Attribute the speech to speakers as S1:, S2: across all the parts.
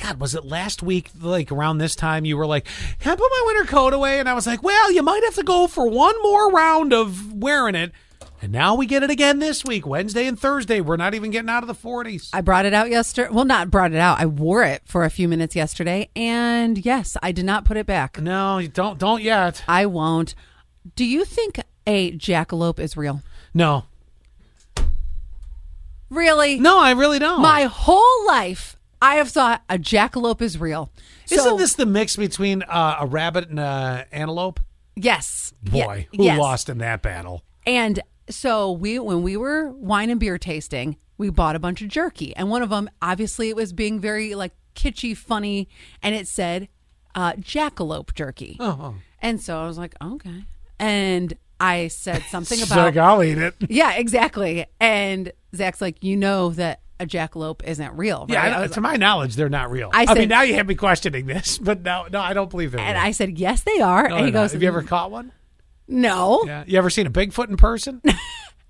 S1: God, was it last week? Like around this time, you were like, "Can I put my winter coat away?" And I was like, "Well, you might have to go for one more round of wearing it." And now we get it again this week, Wednesday and Thursday. We're not even getting out of the 40s.
S2: I brought it out yesterday. Well, not brought it out. I wore it for a few minutes yesterday, and yes, I did not put it back.
S1: No, you don't don't yet.
S2: I won't. Do you think a jackalope is real?
S1: No,
S2: Really?
S1: no, I really don't.
S2: My whole life, I have thought a jackalope is real. So-
S1: Isn't this the mix between uh, a rabbit and an antelope?
S2: yes?
S1: Boy,
S2: Ye-
S1: who
S2: yes.
S1: lost in that battle?
S2: And so we, when we were wine and beer tasting, we bought a bunch of jerky, and one of them, obviously, it was being very like kitschy, funny, and it said uh, jackalope jerky.
S1: Oh,
S2: And so I was like, "Oh, okay. And I said something
S1: It's
S2: about
S1: like, I'll eat it.
S2: yeah, exactly. And Zach's like, you know that a jackalope isn't real, right?
S1: Yeah, I-
S2: I was
S1: Uh, to my knowledge, they're not real. I,
S2: I
S1: mean,
S2: said-
S1: now you have me questioning this, but no, no, I don't believe they're
S2: And
S1: real.
S2: I said, "Yes, they
S1: No,
S2: are." and
S1: they're
S2: he
S1: not.
S2: goes,
S1: "Have you ever caught one?
S2: "No."
S1: Yeah, you ever seen a Bigfoot in person?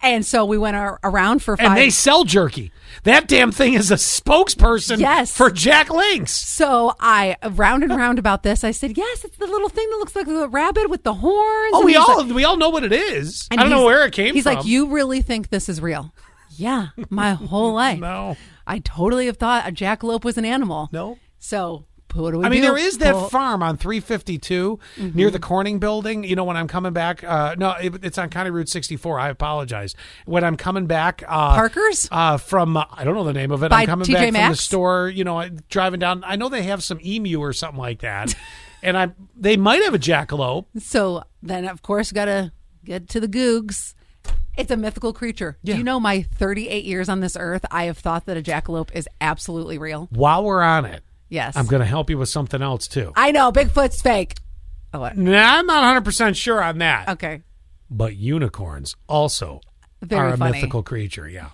S2: And so we went ar- around for five.
S1: and they sell jerky. That damn thing is a spokesperson
S2: Yes.
S1: for Jack Links.
S2: so I round and round about this. I said, "Yes, it's the little thing that looks like a rabbit with the horns."
S1: Oh,
S2: And
S1: we
S2: he's
S1: all
S2: like-
S1: we all know what it is.
S2: and
S1: I don't know
S2: he's-
S1: where it came
S2: He's
S1: from.
S2: like, "You really think this is real?" yeah, my whole life.
S1: No.
S2: I totally have thought a jackalope was an animal.
S1: No.
S2: So what do we?
S1: I mean,
S2: do?
S1: there is that
S2: Well,
S1: farm on 352
S2: Mm-hmm.
S1: near the Corning Building. You know, when I'm coming back, uh, no, it, it's on County Route 64. I apologize. When I'm coming back, uh,
S2: Parker's?
S1: uh, from uh, I don't know the name of it.
S2: By
S1: I'm coming
S2: TJ
S1: back from the
S2: Maxx?
S1: store. You know, I- driving down. I know they have some emu or something like that, and I they might have a jackalope.
S2: So then, of course, got to get to the googs. It's a mythical creature.
S1: Yeah.
S2: Do you know my 38 years on this earth, I have thought that a jackalope is absolutely real?
S1: While we're on it,
S2: Yes.
S1: I'm going to help you with something else too.
S2: I know, Bigfoot's fake. Oh, what?
S1: Now, I'm not 100 percent sure on that,
S2: Okay.
S1: but unicorns also
S2: Very
S1: are a
S2: funny.
S1: mythical creature. Yeah.